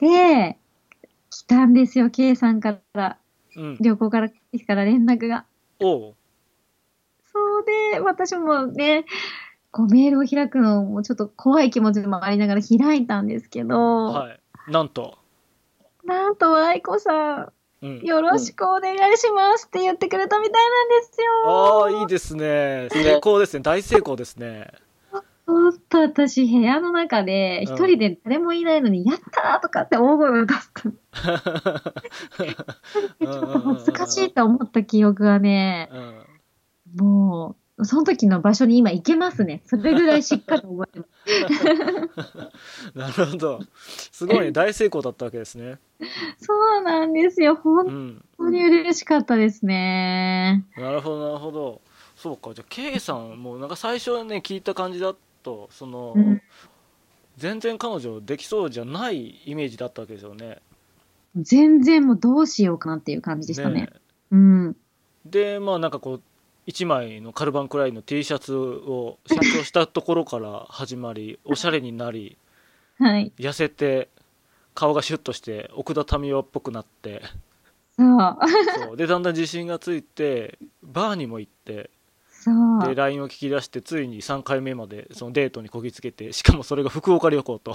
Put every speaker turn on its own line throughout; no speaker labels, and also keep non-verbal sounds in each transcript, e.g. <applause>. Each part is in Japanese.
で、来たんですよ、K さんから、
うん。
旅行から、ですから連絡が。
おう。
そうで、私もね、こうメールを開くのもちょっと怖い気持ちもありながら開いたんですけど、
はい。なんと。
なんと愛子さ、
うんん。
よろしくお願いしますって言ってくれたみたいなんですよ。
ああ、いいですね。成功ですね。大成功ですね。 <laughs>
ほんと私、部屋の中で一人で誰もいないのに、やったーとかって大声を出すと、ちょっと <laughs> 恥ずかしいと思った記憶はね、
うん。
もう、その時の場所に今行けますね。それぐらいしっかり覚えてます。
なるほど。すごいね。大成功だったわけですね。
<laughs> そうなんですよ。
う
本
ん。
当に嬉しかったですね。
なるほど、なるほど。そうか。じゃあ、K さん、もうなんか最初ね、聞いた感じだと、その、
うん
全然彼女できそうじゃないイメージだったわけですよね。
全然もうどうしようかなっていう感じでしたね。
ねえ
うん。
でまあなんかこう1枚のカルバン・クラインの T シャツを新調したところから始まりおしゃれになり
はい。
痩せて顔がシュッとして奥田民生っぽくなって
そう。
そうでだんだん自信がついてバーにも行って
そう。
で LINE を聞き出してついに3回目までそのデートにこぎつけてしかもそれが福岡旅行と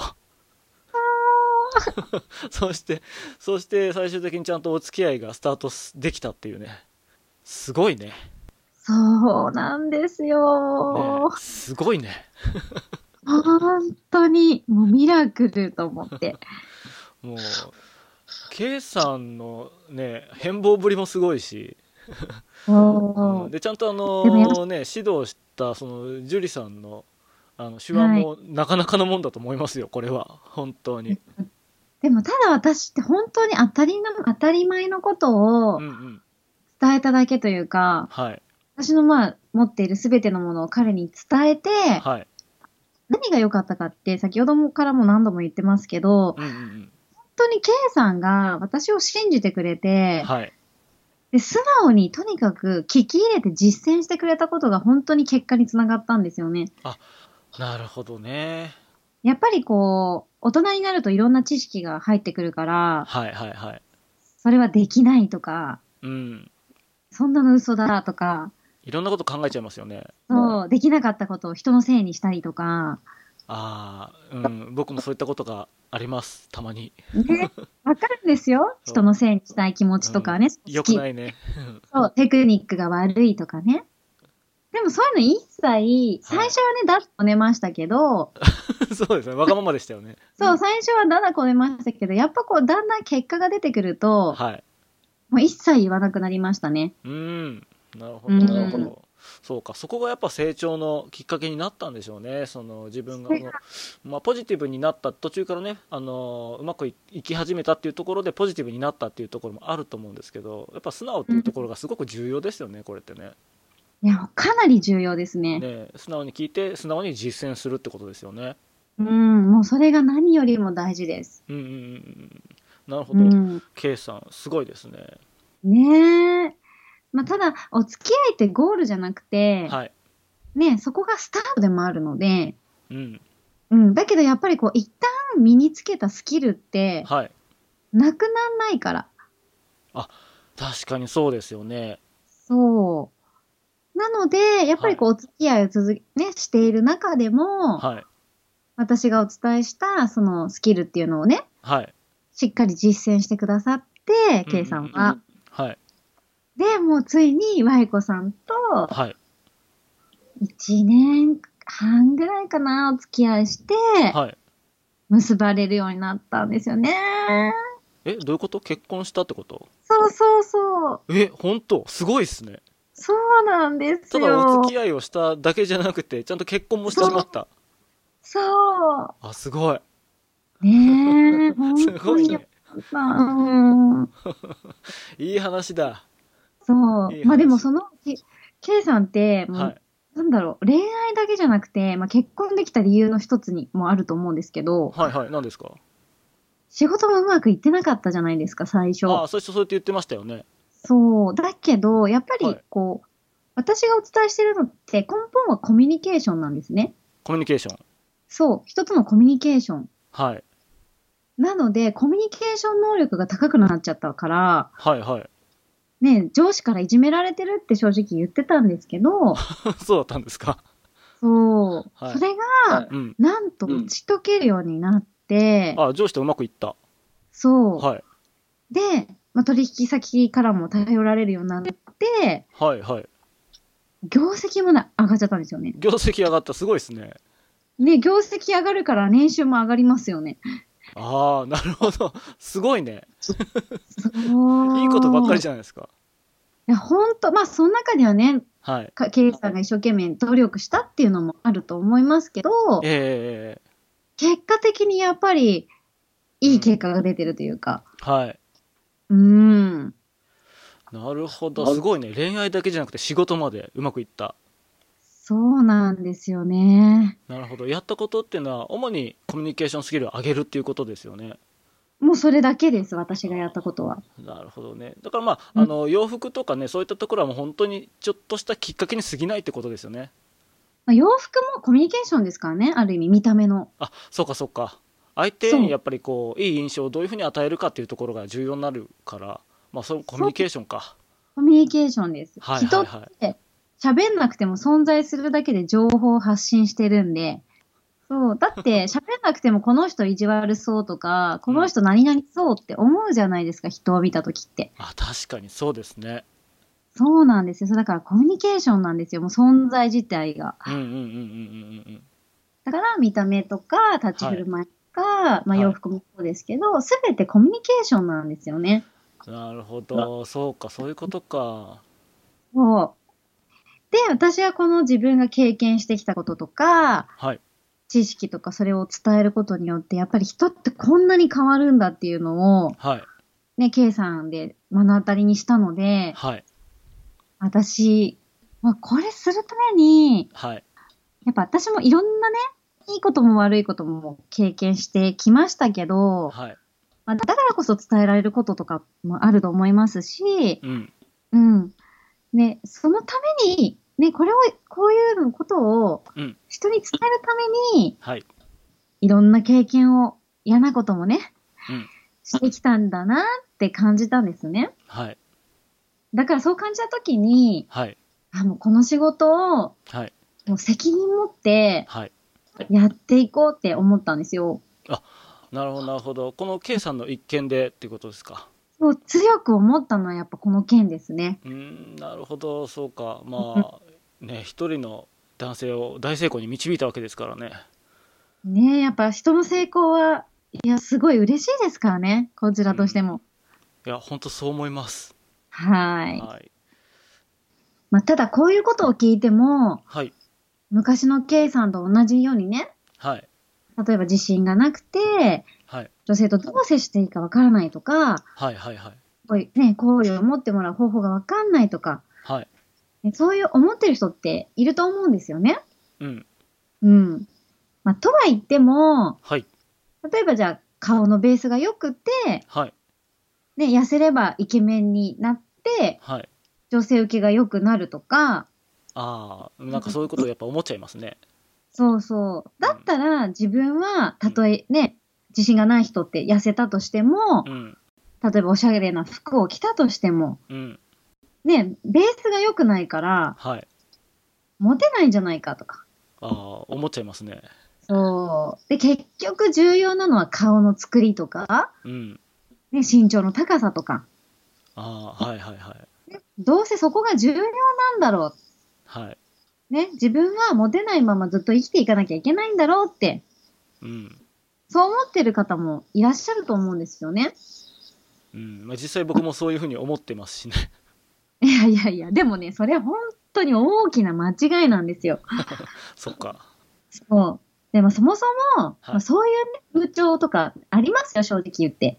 <laughs> そしてそして最終的にちゃんとお付き合いがスタートすできたっていうねすごいね
そうなんです
ね
よ。
すごいね
本当に、もうミラクルと思って。
もう K さんのね変貌ぶりもすごいし、
そ
でちゃんとあの
でもやっ
ね指導したその樹里さんのあの手話もなかなかのもんだと思いますよ、これは本当に、
でもただ私って本当に当たりの、当たり前のこと
う
を
んうん、
伝えただけというか、
はい
私のまあ持っている全てのものを彼に伝えて、
はい、
何が良かったかって先ほどもからも何度も言ってますけど、
うんうん
本当に K さんが私を信じてくれ
う
て
ん、、はい
で素直にとにかく聞き入れて実践してくれたことが本当に結果につながったんですよね。
なるほどね
やっぱりこう、大人になるといろんな知識が入ってくるから、
はいはいはい
それはできないとか、
うん
そんなの嘘だとか、
いろんなこと考えちゃいますよね
そう、できなかったことを人のせいにしたりとか、
ああうん僕もそういったことがありますたまに
ね、わかるんですよ。
そう
人のせいにしたい気持ちとかね、
良
好
く
き
ないね
そう、テクニックが悪いとかね。でもそういうの一切、最初はね、だっこねましたけど、
<laughs> そうですねわがままでしたよね
そう、最初はだだこねましたけど、やっぱこう、だんだん結果が出てくると、
はい
もう一切言わなくなりましたね。
うん、なるほ
う
ど、
ん
なるほど。そうか、そこがやっぱ成長のきっかけになったんでしょうね。その自分が
それが
あのまあポジティブになった途中からね、あのうまくいいき始めたっていうところでポジティブになったっていうところもあると思うんですけど、やっぱ素直っていうところがすごく重要ですよね。これってね。
いや、かなり重要ですね。
ね、素直に聞いて素直に実践するってことですよね。
うん、もうそれが何よりも大事です。
うんうんうんうん。なるほ
う
ど。
ん。
K さんすごいですね。
ねえ。まあ、ただ、お付き合いってゴールじゃなくて、
はい。
ねえ、そこがスタートでもあるので、
うん。
うん、だけどやっぱりこう、一旦身につけたスキルって、
はい。
なくなんないから。
確かにそうですよね。
そう。なので、やっぱりこう、お付き合いを続け、ね、している中でも、
はい。
私がお伝えした、そのスキルっていうのをね、
はい。
しっかり実践してくださって、K さんは。
はい。
で、もうついに、Y 子さんと、
はい。
1年半ぐらいかな、お付き合いして、
はい。
結ばれるようになったんですよね。
えどういうこと結婚したってこと
そうそうそう。
え本当すごいっすね
そうなんです
ただお
よ
付。き合いをしただけじゃなくてちゃんと結婚もしてしまった
そ。
あすごいう
ねえ、本
<laughs> す
当
ごい
によ
ね
かった。うん
いい話だ
そう
いい。話
まあでもその、け K さんって、もう
はい
なんだろう、恋愛だけじゃなくて、まあ、結婚できた理由の一つにもあると思うんですけど、
はいはい何ですか
仕事もうまくいってなかったじゃないですか、最初。
あ最初そうやって言ってましたよね
そう。だけど、やっぱ
は
り
い
こう、私がお伝えしてるのって根本はコミュニケーションなんですね。
コミュニケーション
そう。人とのコミュニケーション。
はい
なので、コミュニケーション能力が高くなっちゃったから、
はいはい <laughs>
ね、上司からいじめられてるって正直言ってたんですけ
<laughs>
ど、
そうだったんですか
そう、
はい
それ
は
が
い、
うん
なんと打ち解けるようになって、
あ上司とうまくいった
そう、
はい
で、まあ、取引先からも頼られるようになって、
はいはい
業績もな上がっちゃったんですよね。
業績上がったすごいですね
ね、業績上がるから年収も上がりますよね。
ああなるほどすごいね
そう
いいことばっかり
じ
じゃないですか
ゃん。いや、本当まあ、その中にはね、
はい
か経営者さんが一生懸命努力したっていうのもあると思いますけど、
ええ
結果的にやっぱり、いい結果が出てるというか。
はい
うん。
なるほどすごいね恋愛だけじゃなくて仕事までうまくいった
そうなんですよね。
なるほどやったことっていうのは主にコミュニケーションスキルを上げるっていうことですよね
もうそれだけです、私がやったことは。
なるほどねだからまあ,、
うん
あの洋服とかねそういったところはもう本当にちょっとしたきっかけに過ぎないってことですよね
まあ、洋服もコミュニケーションですからね、ある意味、見た目の。
あそうかそうか相手
そう
にやっぱりこういい印象をどういうふうに与えるかっていうところが重要になるからまあそのコミュニケーションか
コミュニケーションです。
はいはいはい
人って喋んなくても存在するだけで情報を発信してるんで、そう、だって
<laughs>
喋んなくてもこの人意地悪そうとか、この人何々そうって思うじゃないですか、人を見たときって。
あ確かにそうですね
そうなんですよ。そうだからコミュニケーションなんですよ、もう存在自体が。
うんうんうんうんうんうんうん
だから見た目とか立ち振る舞いとか、ま
は
あ
い
洋服もそうですけど、すべてコミュニケーションなんですよね。
なるほどそうかそういうことか
そう。で、私はこの自分が経験してきたこととか、
はい
知識とかそれを伝えることによって、やっぱり人ってこんなに変わるんだっていうのを、
はい
ね、K さんで目の当たりにしたので、
はい
私、まあ、これするために、
はい
やっぱ私もいろんなね、いいことも悪いことも経験してきましたけど、
はい
まあ、だからこそ伝えられることとかもあると思いますし、
うん
うん。ね、そのために、ね、これを、こういうのことを
うん
人に伝えるために、
はい
いろんな経験を、嫌なこともね、
うん
してきたんだなって感じたんですね。
はい
だからそう感じたときに、
はい
あ、もうこの仕事を、
はい
もう責任持って
はい
やっていこうって思ったんですよ。
なるほどなるほどこの K さんの一件でっていうことですか
もう強く思ったのはやっぱこの件ですね。
うーんなるほどそうかまあね一人の男性を大成功に導いたわけですからね
ねえやっぱ人の成功は、いや、すごい嬉しいですからね。こちらとしても。
いや本当そう思います
はい。
はい
まあ、ただこういうことを聞いても、
はい
昔の K さんと同じようにね、
はい
例えば自信がなくて、
はい
女性とどう接していいかわからないとか、
はいはいはい
こういうね、好意を持ってもらう方法がわかんないとか、
はい
ねそういう思ってる人っていると思うんですよね。
うん
うん。まあ、とは言っても、
はい
例えばじゃあ顔のベースが良くて、
はい
ね、痩せればイケメンになって、
はい
女性受けが良くなるとか、
ああなんかそういうことやっぱ思っちゃいますね
そうそう。だったら自分は、たとえね、自信がない人って痩せたとしても
う、ん
例えばおしゃれな服を着たとしても、
うん
ね、ベースが良くないから、
はい
モテないんじゃないかとか。
ああ思っちゃいますね
そう。で、結局重要なのは顔の作りとか、
うん
ね、身長の高さとか、
ああはいはいはい
どうせそこが重要なんだろう。
はい
ね、自分はモテないままずっと生きていかなきゃいけないんだろうって、
うん
そう思ってる方もいらっしゃると思うんですよね。
うんまあ、実際僕もそういうふうに思ってますしね <laughs>
<laughs> いやいやいや、でもね、それ本当に大きな間違いなんですよ。
そっか
そう。でもそもそも、
い
まあそういうね、風潮とかありますよ、正直言って。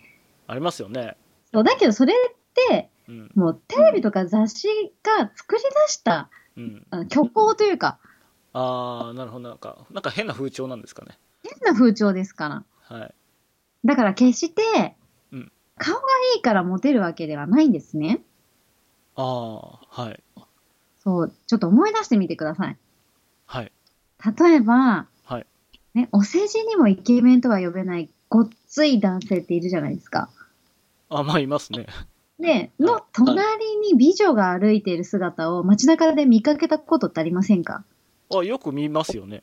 ありますよね
そう、だけどそれって、
うん
もうテレビとか雑誌が作り出した、
うん
あの虚構というか、
ああなるほどなんかなんか変な風潮なんですかね
変な風潮ですから。
はい
だから決して
うん、
顔がいいからモテるわけではないんですね。
ああはい
そう、ちょっと思い出してみてください。
はい
例えば、
はい
ね、お世辞にもイケメンとは呼べないごっつい男性っているじゃないですか。
あ、まあ、いますね。
で、の隣に美女が歩いている姿を街中で見かけたことってありませんか
あ、よく見ますよね。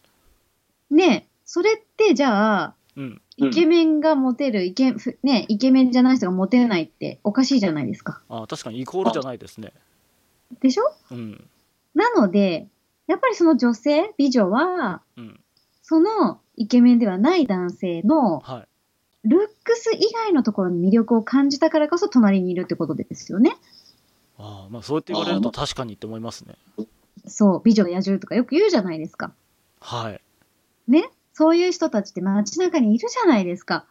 ねえ、それってじゃあ、
うん。
イケメンがモテる、イケ、ふねえイケメンじゃない人がモテないっておかしいじゃないですか。
あ、確かにイコールじゃないですね。
でしょ
うん。
なので、やっぱりその女性、美女は、
うん。
そのイケメンではない男性の
はい。
ルックス以外のところに魅力を感じたからこそ隣にいるってことですよね。
ああ、まあ、そうやって言われると確かにって思いますね。
そう、美女の野獣とかよく言うじゃないですか。
はい。
ねそういう人たちって街中にいるじゃないですか。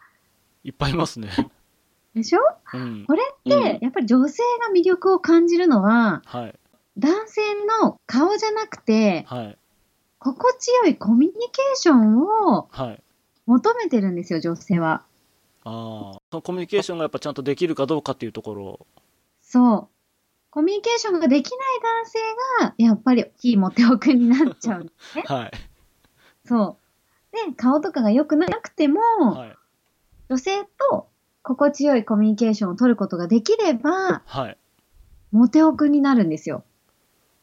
いっぱいいますね。 <laughs>
でしょ
うん。
これって、やっぱり女性が魅力を感じるのは、
はい。
男性の顔じゃなくて、
はい。
心地よいコミュニケーションを
はい。
求めてるんですよ、女性は。
ああ。そのコミュニケーションがやっぱちゃんとできるかどうかっていうところ。
そう。コミュニケーションができない男性が、やっぱり大きいモテオ君になっち
<laughs>
ゃう。
はい。
そう。で、顔とかが良くなくても、
はい。
女性と心地よいコミュニケーションを取ることができれ
<laughs>
ば、
はい。
モテオ君になるんですよ。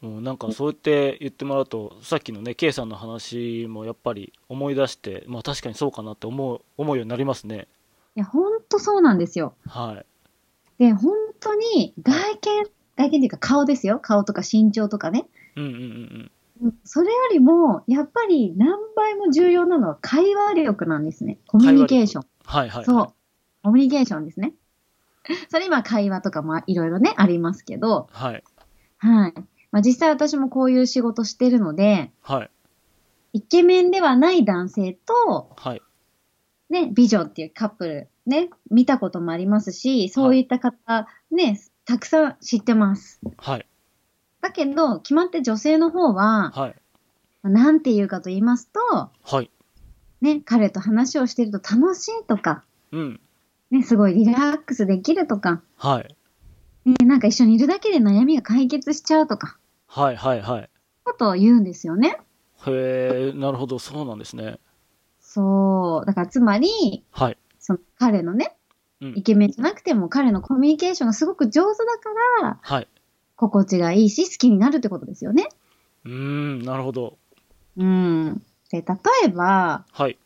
もうなんかそうやって言ってもらうと、さっきのね、K さんの話もやっぱり思い出して、まあ確かにそうかなって思う、思うようになりますね。
いや、ほんとそうなんですよ。
はい。
で、本当に外見、外見っていうか顔ですよ。顔とか身長とかね。
うんうんうんうん。
それよりも、やっぱり何倍も重要なのは会話力なんですね。コミュニケーション。
はいはい。
そう。。コミュニケーションですね。 <laughs> それ今会話とかもいろいろね、ありますけど、
はい。
はい。まあ実際私もこういう仕事してるので、
はい。
イケメンではない男性と、
はい。
ね、美女っていうカップル、ね、見たこともありますし、そういった方、ね、たくさん知ってます。
はい。
だけど、決まって女性の方は、
はい。
なんて言うかと言いますと、
はい。
ね、彼と話をしてると楽しいとか、
うん。
ね、すごいリラックスできるとか、
はい。
ね、なんか一緒にいるだけで悩みが解決しちゃうとか、
はいはいはい。
ことを言うんですよね。
へえ、なるほど、そうなんですね。
そう。だからつまり、
はい。
その彼のね
うん、
イケメンじゃなくても彼のコミュニケーションがすごく上手だから、
はい。
心地がいいし好きになるってことですよね。
うーん、なるほど。
うん。で、例えば、
はい。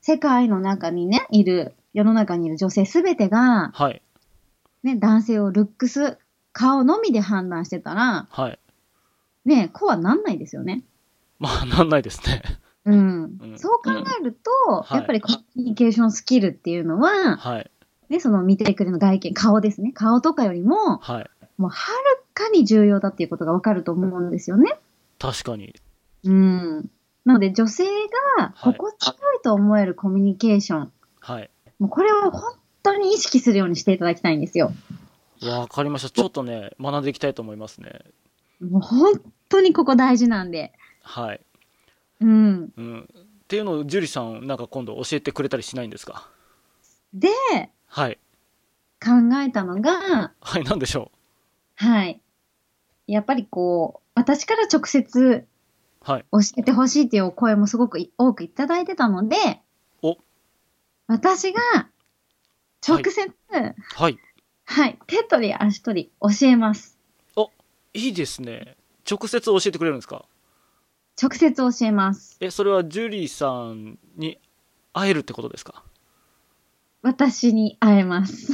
世界の中にね、いる、世の中にいる女性すべてが、
はい。
ね、男性をルックス、顔のみで判断してたら、
はい。
ね、こうはなんないですよね。
まあ、なんないですね。
うん。
うん
そう考えると、
はい
やっぱりコミュニケーションスキルっていうのは、
はい。
ね、その見てくれの外見、顔ですね。顔とかよりも、
はい。
もうはるかに重要だっていうことがわかると思うんですよね。
確かに。
うん。なので女性が
はい
心地よいと思えるコミュニケーション、
はい。
もうこれを本当に意識するようにしていただきたいんですよ。
わかりました。ちょっとね、学んでいきたいと思いますね。
もう本当にここ大事なんで。
はい。
うん。
うん。っていうのを、樹里さん、なんか今度教えてくれたりしないんですか
で、
はい。
考えたのが、
はい、なんでしょ
はい。やっぱりこう、私から直接
う。はい。
教えてほしいっていうお声もすごくい多くいただいてたので、
お
私が直接、はい、
はい。
手取り足取り教えます。
いいですね。直接教えてくれるんですか
直接教えます。
え、それはジュリーさんに会えるってことですか
私に会えます。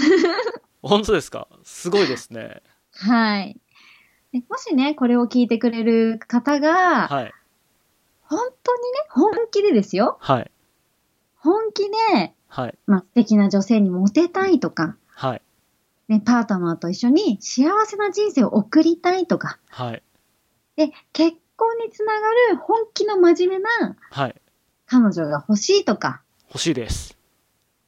本当ですかすごいですね。
はい。でもしね、これを聞いてくれる方が、
はい。
本当にね、本気でですよ。
はい。
本気で、
はい。
まあ、素敵な女性にモテたいとか、
はい。
ね、パートナーと一緒に幸せな人生を送りたいとか、
はい。
で、結婚につながる本気の真面目な
はい。
彼女が欲しいとか、
欲しいです。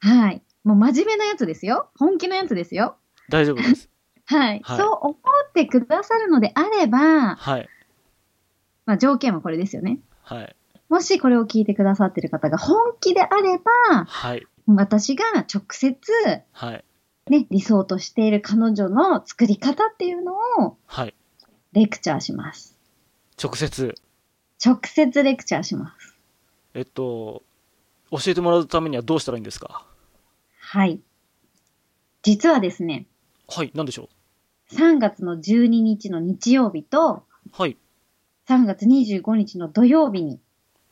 はい。もう真面目なやつですよ。本気のやつですよ。
大丈夫です。
はい。
はい
そう思ってくださるのであれば、
はい。
まあ条件はこれですよね。
はい。
もしこれを聞いてくださってる方が本気であれば、
はい。
私が直接、
はい。
ね、理想としている彼女の作り方っていうのを
はい。
レクチャーします。
直接、
直接レクチャーします。
えっと、教えてもらうためにはどうしたらいいんですか
はい。実はですね、
はい、なんでしょ
3月の12日の日曜日と、
う。はい、
3月25日の土曜日に、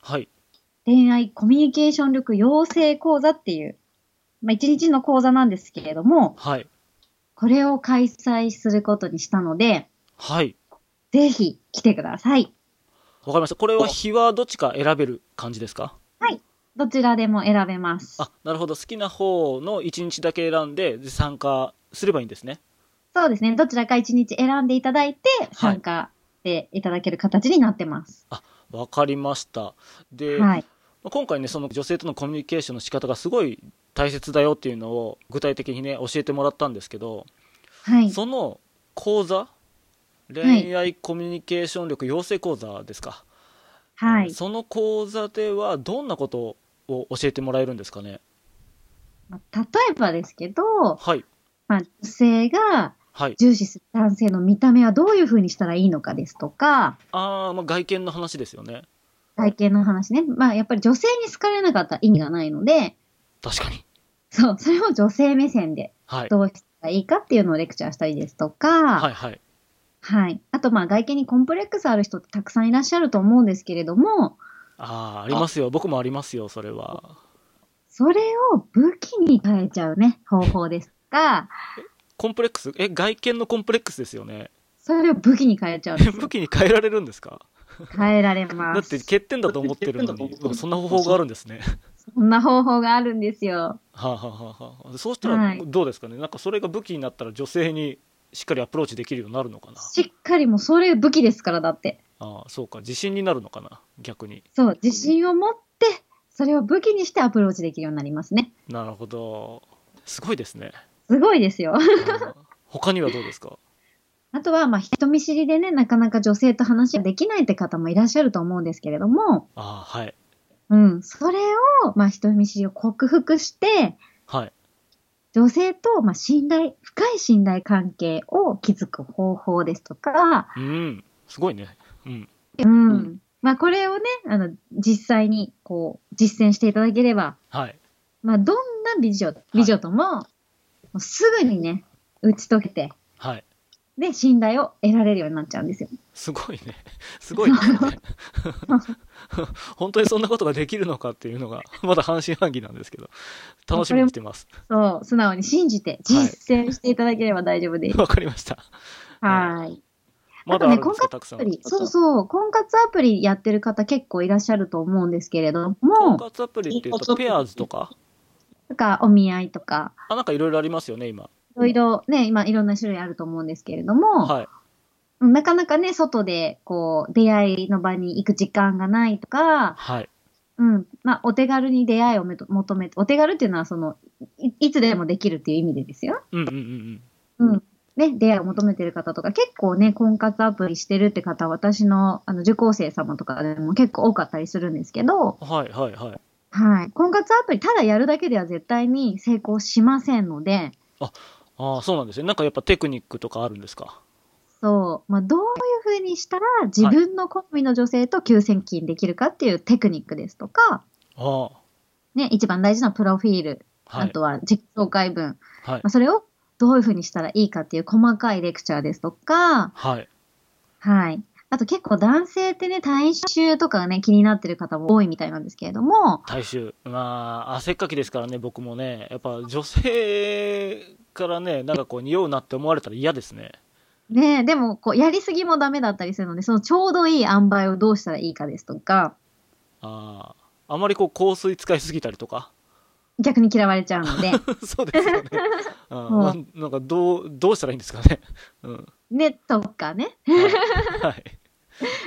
はい、
恋愛コミュニケーション力養成講座っていう、まあ、1日の講座なんですけれども、
はい、
これを開催することにしたので、
はい。
ぜひ来てください。
わかりました。これは日はどっちか選べる感じですか
どちらでも選べます。
あ、なるほど。好きな方の1日だけ選んでで参加すればいいんですね。
そうですね。どちらか1日選んでいただいて、
はい
参加していただける形になってます。
わかりました。で、
はい。
まあ今回ね、その女性とのコミュニケーションの仕方がすごい大切だよっていうのを具体的にね、教えてもらったんですけど、
はい。
その講座恋愛コミュニケーション力養成講座ですか、
はい。
その講座ではどんなことを教えてもらえるんですかね
まあ例えばですけど、
はい
まあ、女性が
はい
重視する男性の見た目はどういうふうにしたらいいのかですとか、
あー、まあ外見の話ですよね
体型の話ね。まあ、やっぱり女性に好かれなかったら意味がないので、 <laughs>
確かに
そう、それを女性目線で
はい
どうしたらいいかっていうのをレクチャーしたりですとか、
は
はい。
いはい
あと、まあ、外見にコンプレックスある人ってたくさんいらっしゃると思うんですけれども、
あーありますよ僕もありますよそれは
それを武器に変えちゃうね、方法ですとか、
コンプレックスえ外見のコンプレックスですよね <laughs>
それを武器に変えちゃうん
え
で
<laughs>
す
武
よ。
器に変えられるんですか
変えられ
だ
ま
って
す。
欠点だと思ってるのにそんな方法があるんですね
そんな方法があるんですよ。
はあ、はあはあはあ、そうした
は
ら
い
どうですかね、なんかそれが武器になったら女性にしっかりアプローチできるようになるのかな
しっかりもうそれ武器ですから、だって。
ああそうか自信になるのかな逆に
そう、自信を持って、それを武器にしてアプローチできるようになりますね。
なるほどすごいですね
すごいですよ。 <laughs>
うん他にはどうですか
あとは、まあ、人見知りでね、なかなか女性と話ができないって方もいらっしゃると思うんですけれども、
ああはい
うん、それを、まあ、人見知りを克服して、
はい
女性と、まあ、信頼、深い信頼関係を築く方法ですとか、
うんすごいねうん
うん、
うん
まあ、これをね、あの、実際に、こう、実践していただければ、
はい
まあ、どんな美女、美女とも、もうすぐにね、打ち解けて、
はい
で、信頼を得られるようになっちゃうんですよ。
すごいね <laughs> すごいですね <laughs> 本当にそんなことができるのかっていうのが <laughs> まだ半信半疑なんですけど楽しみにしてます
そう、素直に信じて、実践していただければ大丈夫です。
わかりました
は
<laughs> はい
ーい。
まだあるんですかたくさ
ア
ん
プリ、そうそう、婚活アプリやってる方結構いらっしゃると思うんですけれど
婚
も、
活アプリっていうとペアーズとか
なんかお見合いとか、
あなんかいろいろありますよね今
いろいろね、今いろんな種類あると思うんですけれども、
はい
なかなかね、外でこう、出会いの場に行く時間がないとか、
はい
うん、まあ、お手軽に出会いをめと求めて、お手軽っていうのはその、いいつでもできるっていう意味でですよ。
うんうんうんうん
うん。ね、出会いを求めてる方とか、結構ね、婚活アプリしてるって方、私のあの受講生様とかでも結構多かったりするんですけど、
はいはいはい
はい。婚活アプリ、ただやるだけでは絶対に成功しませんので、
ああそうなんですねなんかやっぱテクニックとかあるんですか
そう、まあ、どういうふうにしたら自分の好みの女性と急接近できるかっていうテクニックですとか、
ああ
ね、一番大事なプロフィール、
は
あ
い
とは自己紹介文、
はい
まあ、それをどういうふうにしたらいいかっていう細かいレクチャーですとか、
はい
はい。あと結構男性ってね、体臭とかがね、気になってる方も多いみたいなんですけれども、
体臭まあ汗っかきですからね僕もねやっぱ女性からねなんかこう匂うなって思われたら嫌ですね
ねえでも、こう、やりすぎもダメだったりするので、そのちょうどいい塩梅をどうしたらいいかですとか、
あああまりこう香水使いすぎたりとか <laughs>
逆に嫌われちゃうので、
そうですよね、 <laughs> うん
う
まあ、なんかどうどうしたらいいんですかねうん
ね、とかね。
はい、はい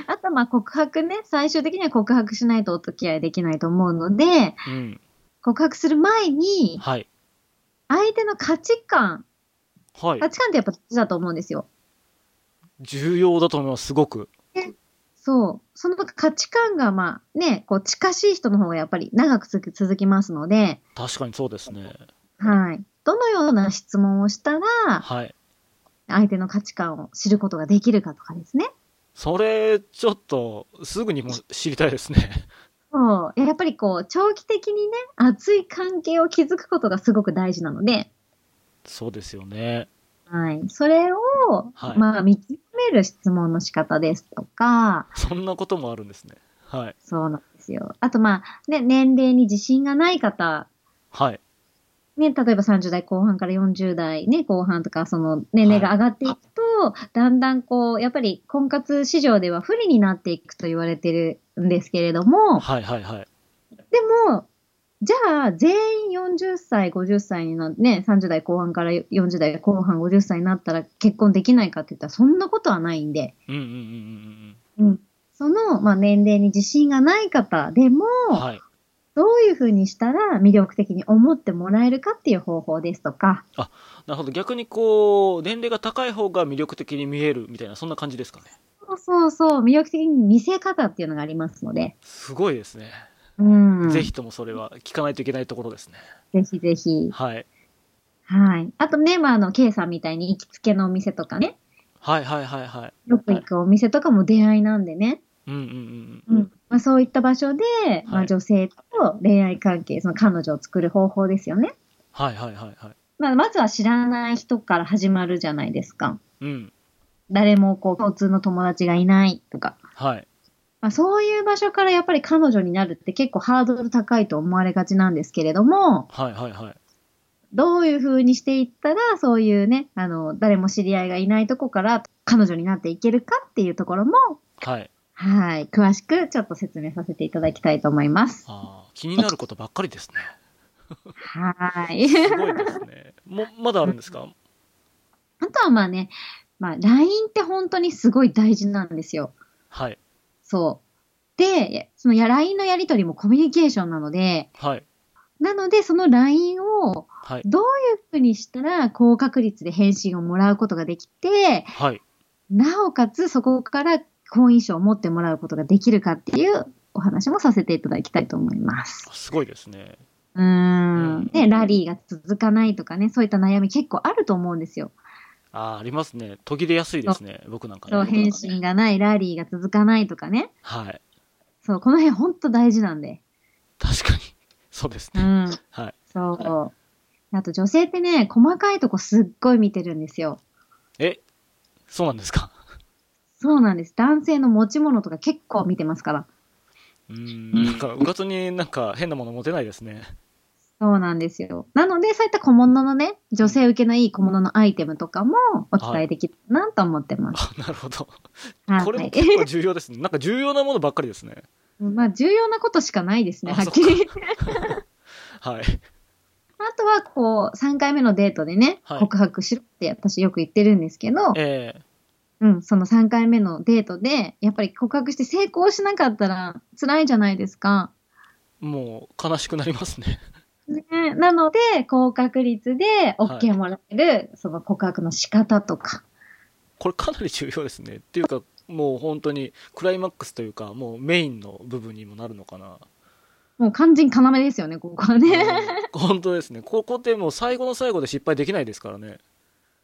あと、まあ、告白ね、最終的には告白しないとお付き合いできないと思うので、
うん
告白する前に、
はい
相手の価値観、
はい
価値観ってやっぱ大事だと思うんですよ。
重要だと思いますすごく
そう。その価値観が、まあね、こう近しい人の方がやっぱり長くつく続きますので、
確かにそうですね
はい。どのような質問をしたら、
はい
相手の価値観を知ることができるかとかですね。
それちょっとすぐにも知りたいですね
そう。いややっぱりこう、長期的にね、熱い関係を築くことがすごく大事なので、
そうですよね。
はい。それを、
はい
まあ、見極める質問の仕方ですとか、
そんなこともあるんですね。はい。
そうなんですよ。あと、まあ、ね、年齢に自信がない方、
はい。
ね、例えば30代後半から40代、ね、後半とか、その年齢が上がっていくと、だんだんこう、やっぱり婚活市場では不利になっていくと言われてるんですけれども、
はいはいはい。
でも、じゃあ、全員40歳、50歳になって、ね、30代後半から40代後半、50歳になったら結婚できないかって言ったら、そんなことはないんで、
うんうんうんうん
うん、その、まあ、年齢に自信がない方でも、
うんうん。はい。
どういうふうにしたら魅力的に思ってもらえるかっていう方法ですとか、
なるほど。逆にこう、年齢が高い方が魅力的に見えるみたいな、そんな感じですかね。
そうそうそう、魅力的に見せ方っていうのがありますので、
すごいですね。
うん、
ぜひともそれは聞かないといけないところですね。
ぜひぜひ。
はい。
はい。あとね、まあ、あの、K さんみたいに行きつけのお店とかね、
はいはいはいはい。
よく行くお店とかも出会いなんでね、
うんうんうん。
うんまあ、そういった場所で、まあ、女性と恋愛関係、その彼女を作る方法ですよね。
はいはいはいはい。
まあ、まずは知らない人から始まるじゃないですか。
うん。
誰もこう共通の友達がいないとか。
はい。
まあ、そういう場所からやっぱり彼女になるって結構ハードル高いと思われがちなんですけれども、
はいはいはい。
どういう風にしていったら、そういうね、あの、誰も知り合いがいないとこから彼女になっていけるかっていうところも、
はい。
はい、詳しくちょっと説明させていただきたいと思います。
あー気になることばっかりですね。
はい。
すごいですね。も、まだあるんですか
あとはまあね、まあ、LINE って本当にすごい大事なんですよ。
はい。
そう。で、そのや LINE のやり取りもコミュニケーションなので、
はい。
なので、その LINE を
はい。
どういうふうにしたら高確率で返信をもらうことができて、
はい。
なおかつそこから好印象を持ってもらうことができるかっていうお話もさせていただきたいと思います。
すごいですね。
うーん。ね、ラリーが続かないとかね、そういった悩み結構あると思うんですよ。
あーありますね。途切れやすいですね。僕なんかね
そう、返信がない、ラリーが続かないとかね。
はい。
そう、この辺ほんと大事なんで。
確かに。そうです
う
ね。
ん。
はい。
そう。あと女性ってね、細かいとこすっごい見てるんですよ。
え、そうなんですか。
そうなんです。男性の持ち物とか結構見てますから。
うーん。なんか、うかつになんか変なもの持てないですね。 <laughs>
そうなんですよ。なので、そういった小物のね、女性受けのいい小物のアイテムとかもお伝えできるなと思ってます。
あ、なるほど。
はい。 <laughs>
これも結構重要ですね。なんか重要なものばっかりですね。
まあ、重要なことしかないですね、
あ
はっきり。 <laughs>
はい。
あとは、こう、3回目のデートでね、
はい
告白しろって私よく言ってるんですけど、
ええ
うん、その3回目のデートで、やっぱり告白して成功しなかったら辛いじゃないですか。
もう悲しくなりますね。 <laughs>
ね、なので、高確率で OK もらえる、その告白の仕方とか。
これかなり重要ですね。っていうか、もう本当にクライマックスというか、もうメインの部分にもなるの
<laughs>
かな。
もう肝心要ですよね、ここはね。
うん本当ですね。ここってもう最後の最後で失敗できないですからね。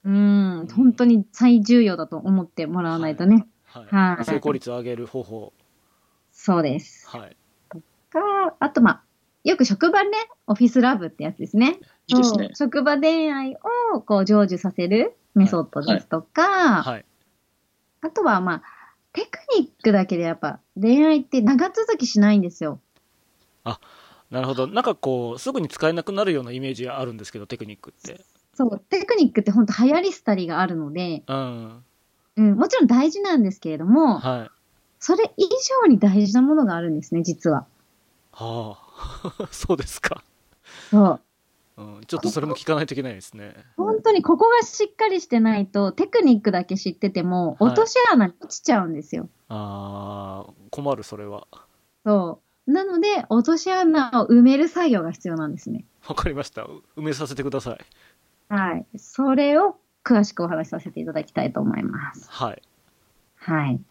うん、本当に最重要だと思ってもらわないとね。
はい。
はい
成功率を上げる方法。
そうです。
はい。
か、あとまあ、よく職場ね、オフィスラブってやつですね。
いいですね
そう職場恋愛をこう成就させるメソッドですとか、
はい。
あとはまあ、テクニックだけでやっぱ恋愛って長続きしないんですよ。
なるほど。なんかこう、すぐに使えなくなるようなイメージあるんですけど、テクニックって。
そう、テクニックって本当流行り廃りがあるので、
うん。
うん、もちろん大事なんですけれども、
はい。
それ以上に大事なものがあるんですね、実は。
はあ。 <laughs> そうですか。
そう。
うん。ちょっとそれも聞かないといけないですね。
本当にここがしっかりしてないと、テクニックだけ知ってても、
はい
落とし穴に落ちちゃうんですよ。
ああ、困る、それは。
そう。なので、落とし穴を埋める作業が必要なんですね。
わかりました。う埋めさせてください。
はい。それを詳しくお話しさせていただきたいと思います。
はい。
はい。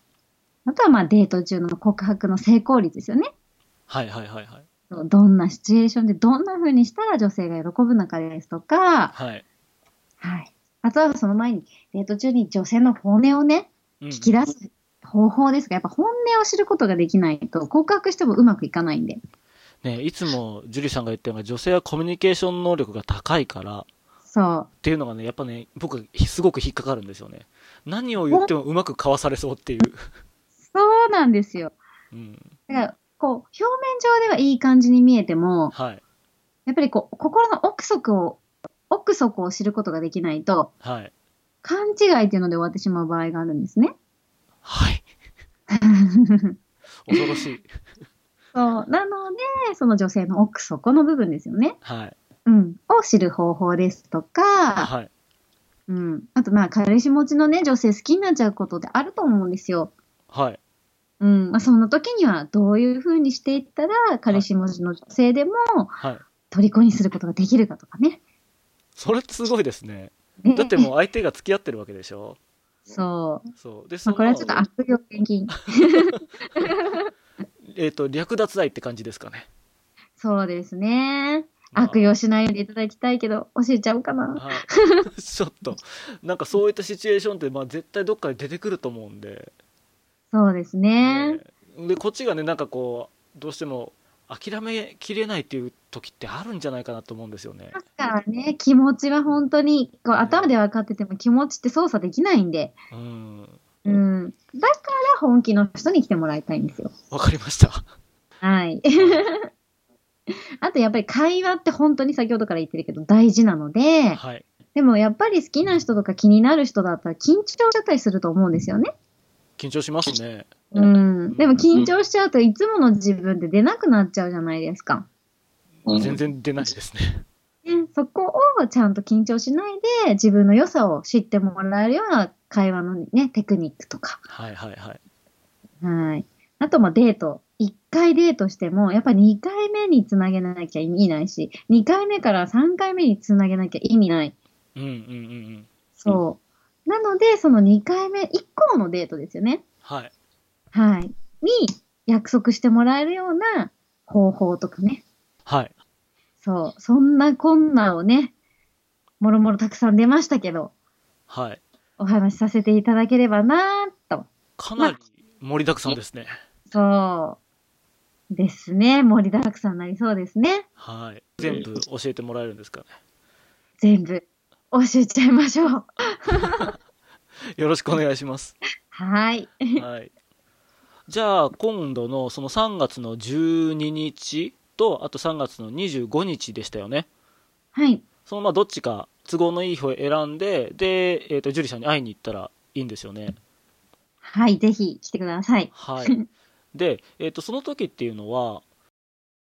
あとは、まあ、デート中の告白の成功率ですよね。
はいはいはいはい。
そうどんなシチュエーションでどんな風にしたら女性が喜ぶのかですとか、
はい。
はい。あとはその前に、デート中に女性の本音をね、
う
聞
ん
き出す方法ですが、やっぱ本音を知ることができないと、告白してもうまくいかないんで。
ね、いつも樹里さんが言ったような女性はコミュニケーション能力が高いからっ
そう。
ていうのがねやっぱね僕すごく引っかかるんですよね何を言ってもうまくかわされそうっていう、
そうなんですよ。
うん、
だから、こう、表面上ではいい感じに見えても、
はい
やっぱりこう、心の奥底を、奥底を知ることができないと、
はい
勘違いっていうので終わってしまう場合があるんですね。 <laughs>
はい恐ろしい
そう。なので、その女性の奥底の部分ですよね。
はい
うん。を知る方法ですとか、
はい
うん。あと、まあ、彼氏持ちのね、女性好きになっちゃうことってあると思うんですよ。
はい
うん。まあ、その時には、どういうふうにしていったら、彼氏持ちの女性でも、
はい
虜にすることができるかとかね。
それすごいですね
ね
だってもう相手が付き合ってるわけでしょ
<laughs> そう。
そうでそ
まあ、
の
これはちょっと悪用献
<laughs>
金。
えっ、と略奪愛って感じですかね
そうですね。
まあ
悪用しないようにいただきたいけど、教えちゃうかな。
はい <laughs> ちょっとなんかそういったシチュエーションって、まあ、絶対どっかで出てくると思うんで
そうですね。
ねでこっちがねなんかこうどうしても諦めきれないっていう時ってあるんじゃないかなと思うんですよね
だからね、気持ちは本当に、こう頭で分かってても気持ちって操作できないんで、
うん
うん。だから本気の人に来てもらいたいんですよ。
わかりました
はい。 <laughs> あとやっぱり会話って本当に先ほどから言ってるけど大事なので、
はい
でもやっぱり好きな人とか気になる人だったら緊張しちゃったりすると思うんですよね。
緊張しますね
うん、でも緊張しちゃうといつもの自分で出なくなっちゃうじゃないですか。
うん
全然出ないですね
ね、そこをちゃんと緊張しないで自分の良さを知ってもらえるような会話のね、テクニックとか。
はいはいはい
はい。あとまあデート。1回デートしても、やっぱ2回目につなげなきゃ意味ないし、2回目から3回目につなげなきゃ意味ない。
うんうんうんうん
そう。なので、その2回目以降のデートですよね。
はい
はい。に約束してもらえるような方法とかね。
はい
そう、そんなこんなをね、もろもろたくさん出ましたけど、
はい
お話しさせていただければなぁと。
かなり盛りだくさんですね
そう。ですね。盛りだくさんになりそうですね。
はい全部教えてもらえるんですか
全部。教えちゃいましょう。
ねよろしくお願いします
はい。
<laughs> はい、じゃあ今度のその3月の12日とあと3月の25日でしたよね
はい。
そのまあどっちか都合のいい方を選んでで、えー、とジュリさんに会いに行ったらいいんですよね
はい。ぜひ来てください。
はいで、えー、とその時っていうのは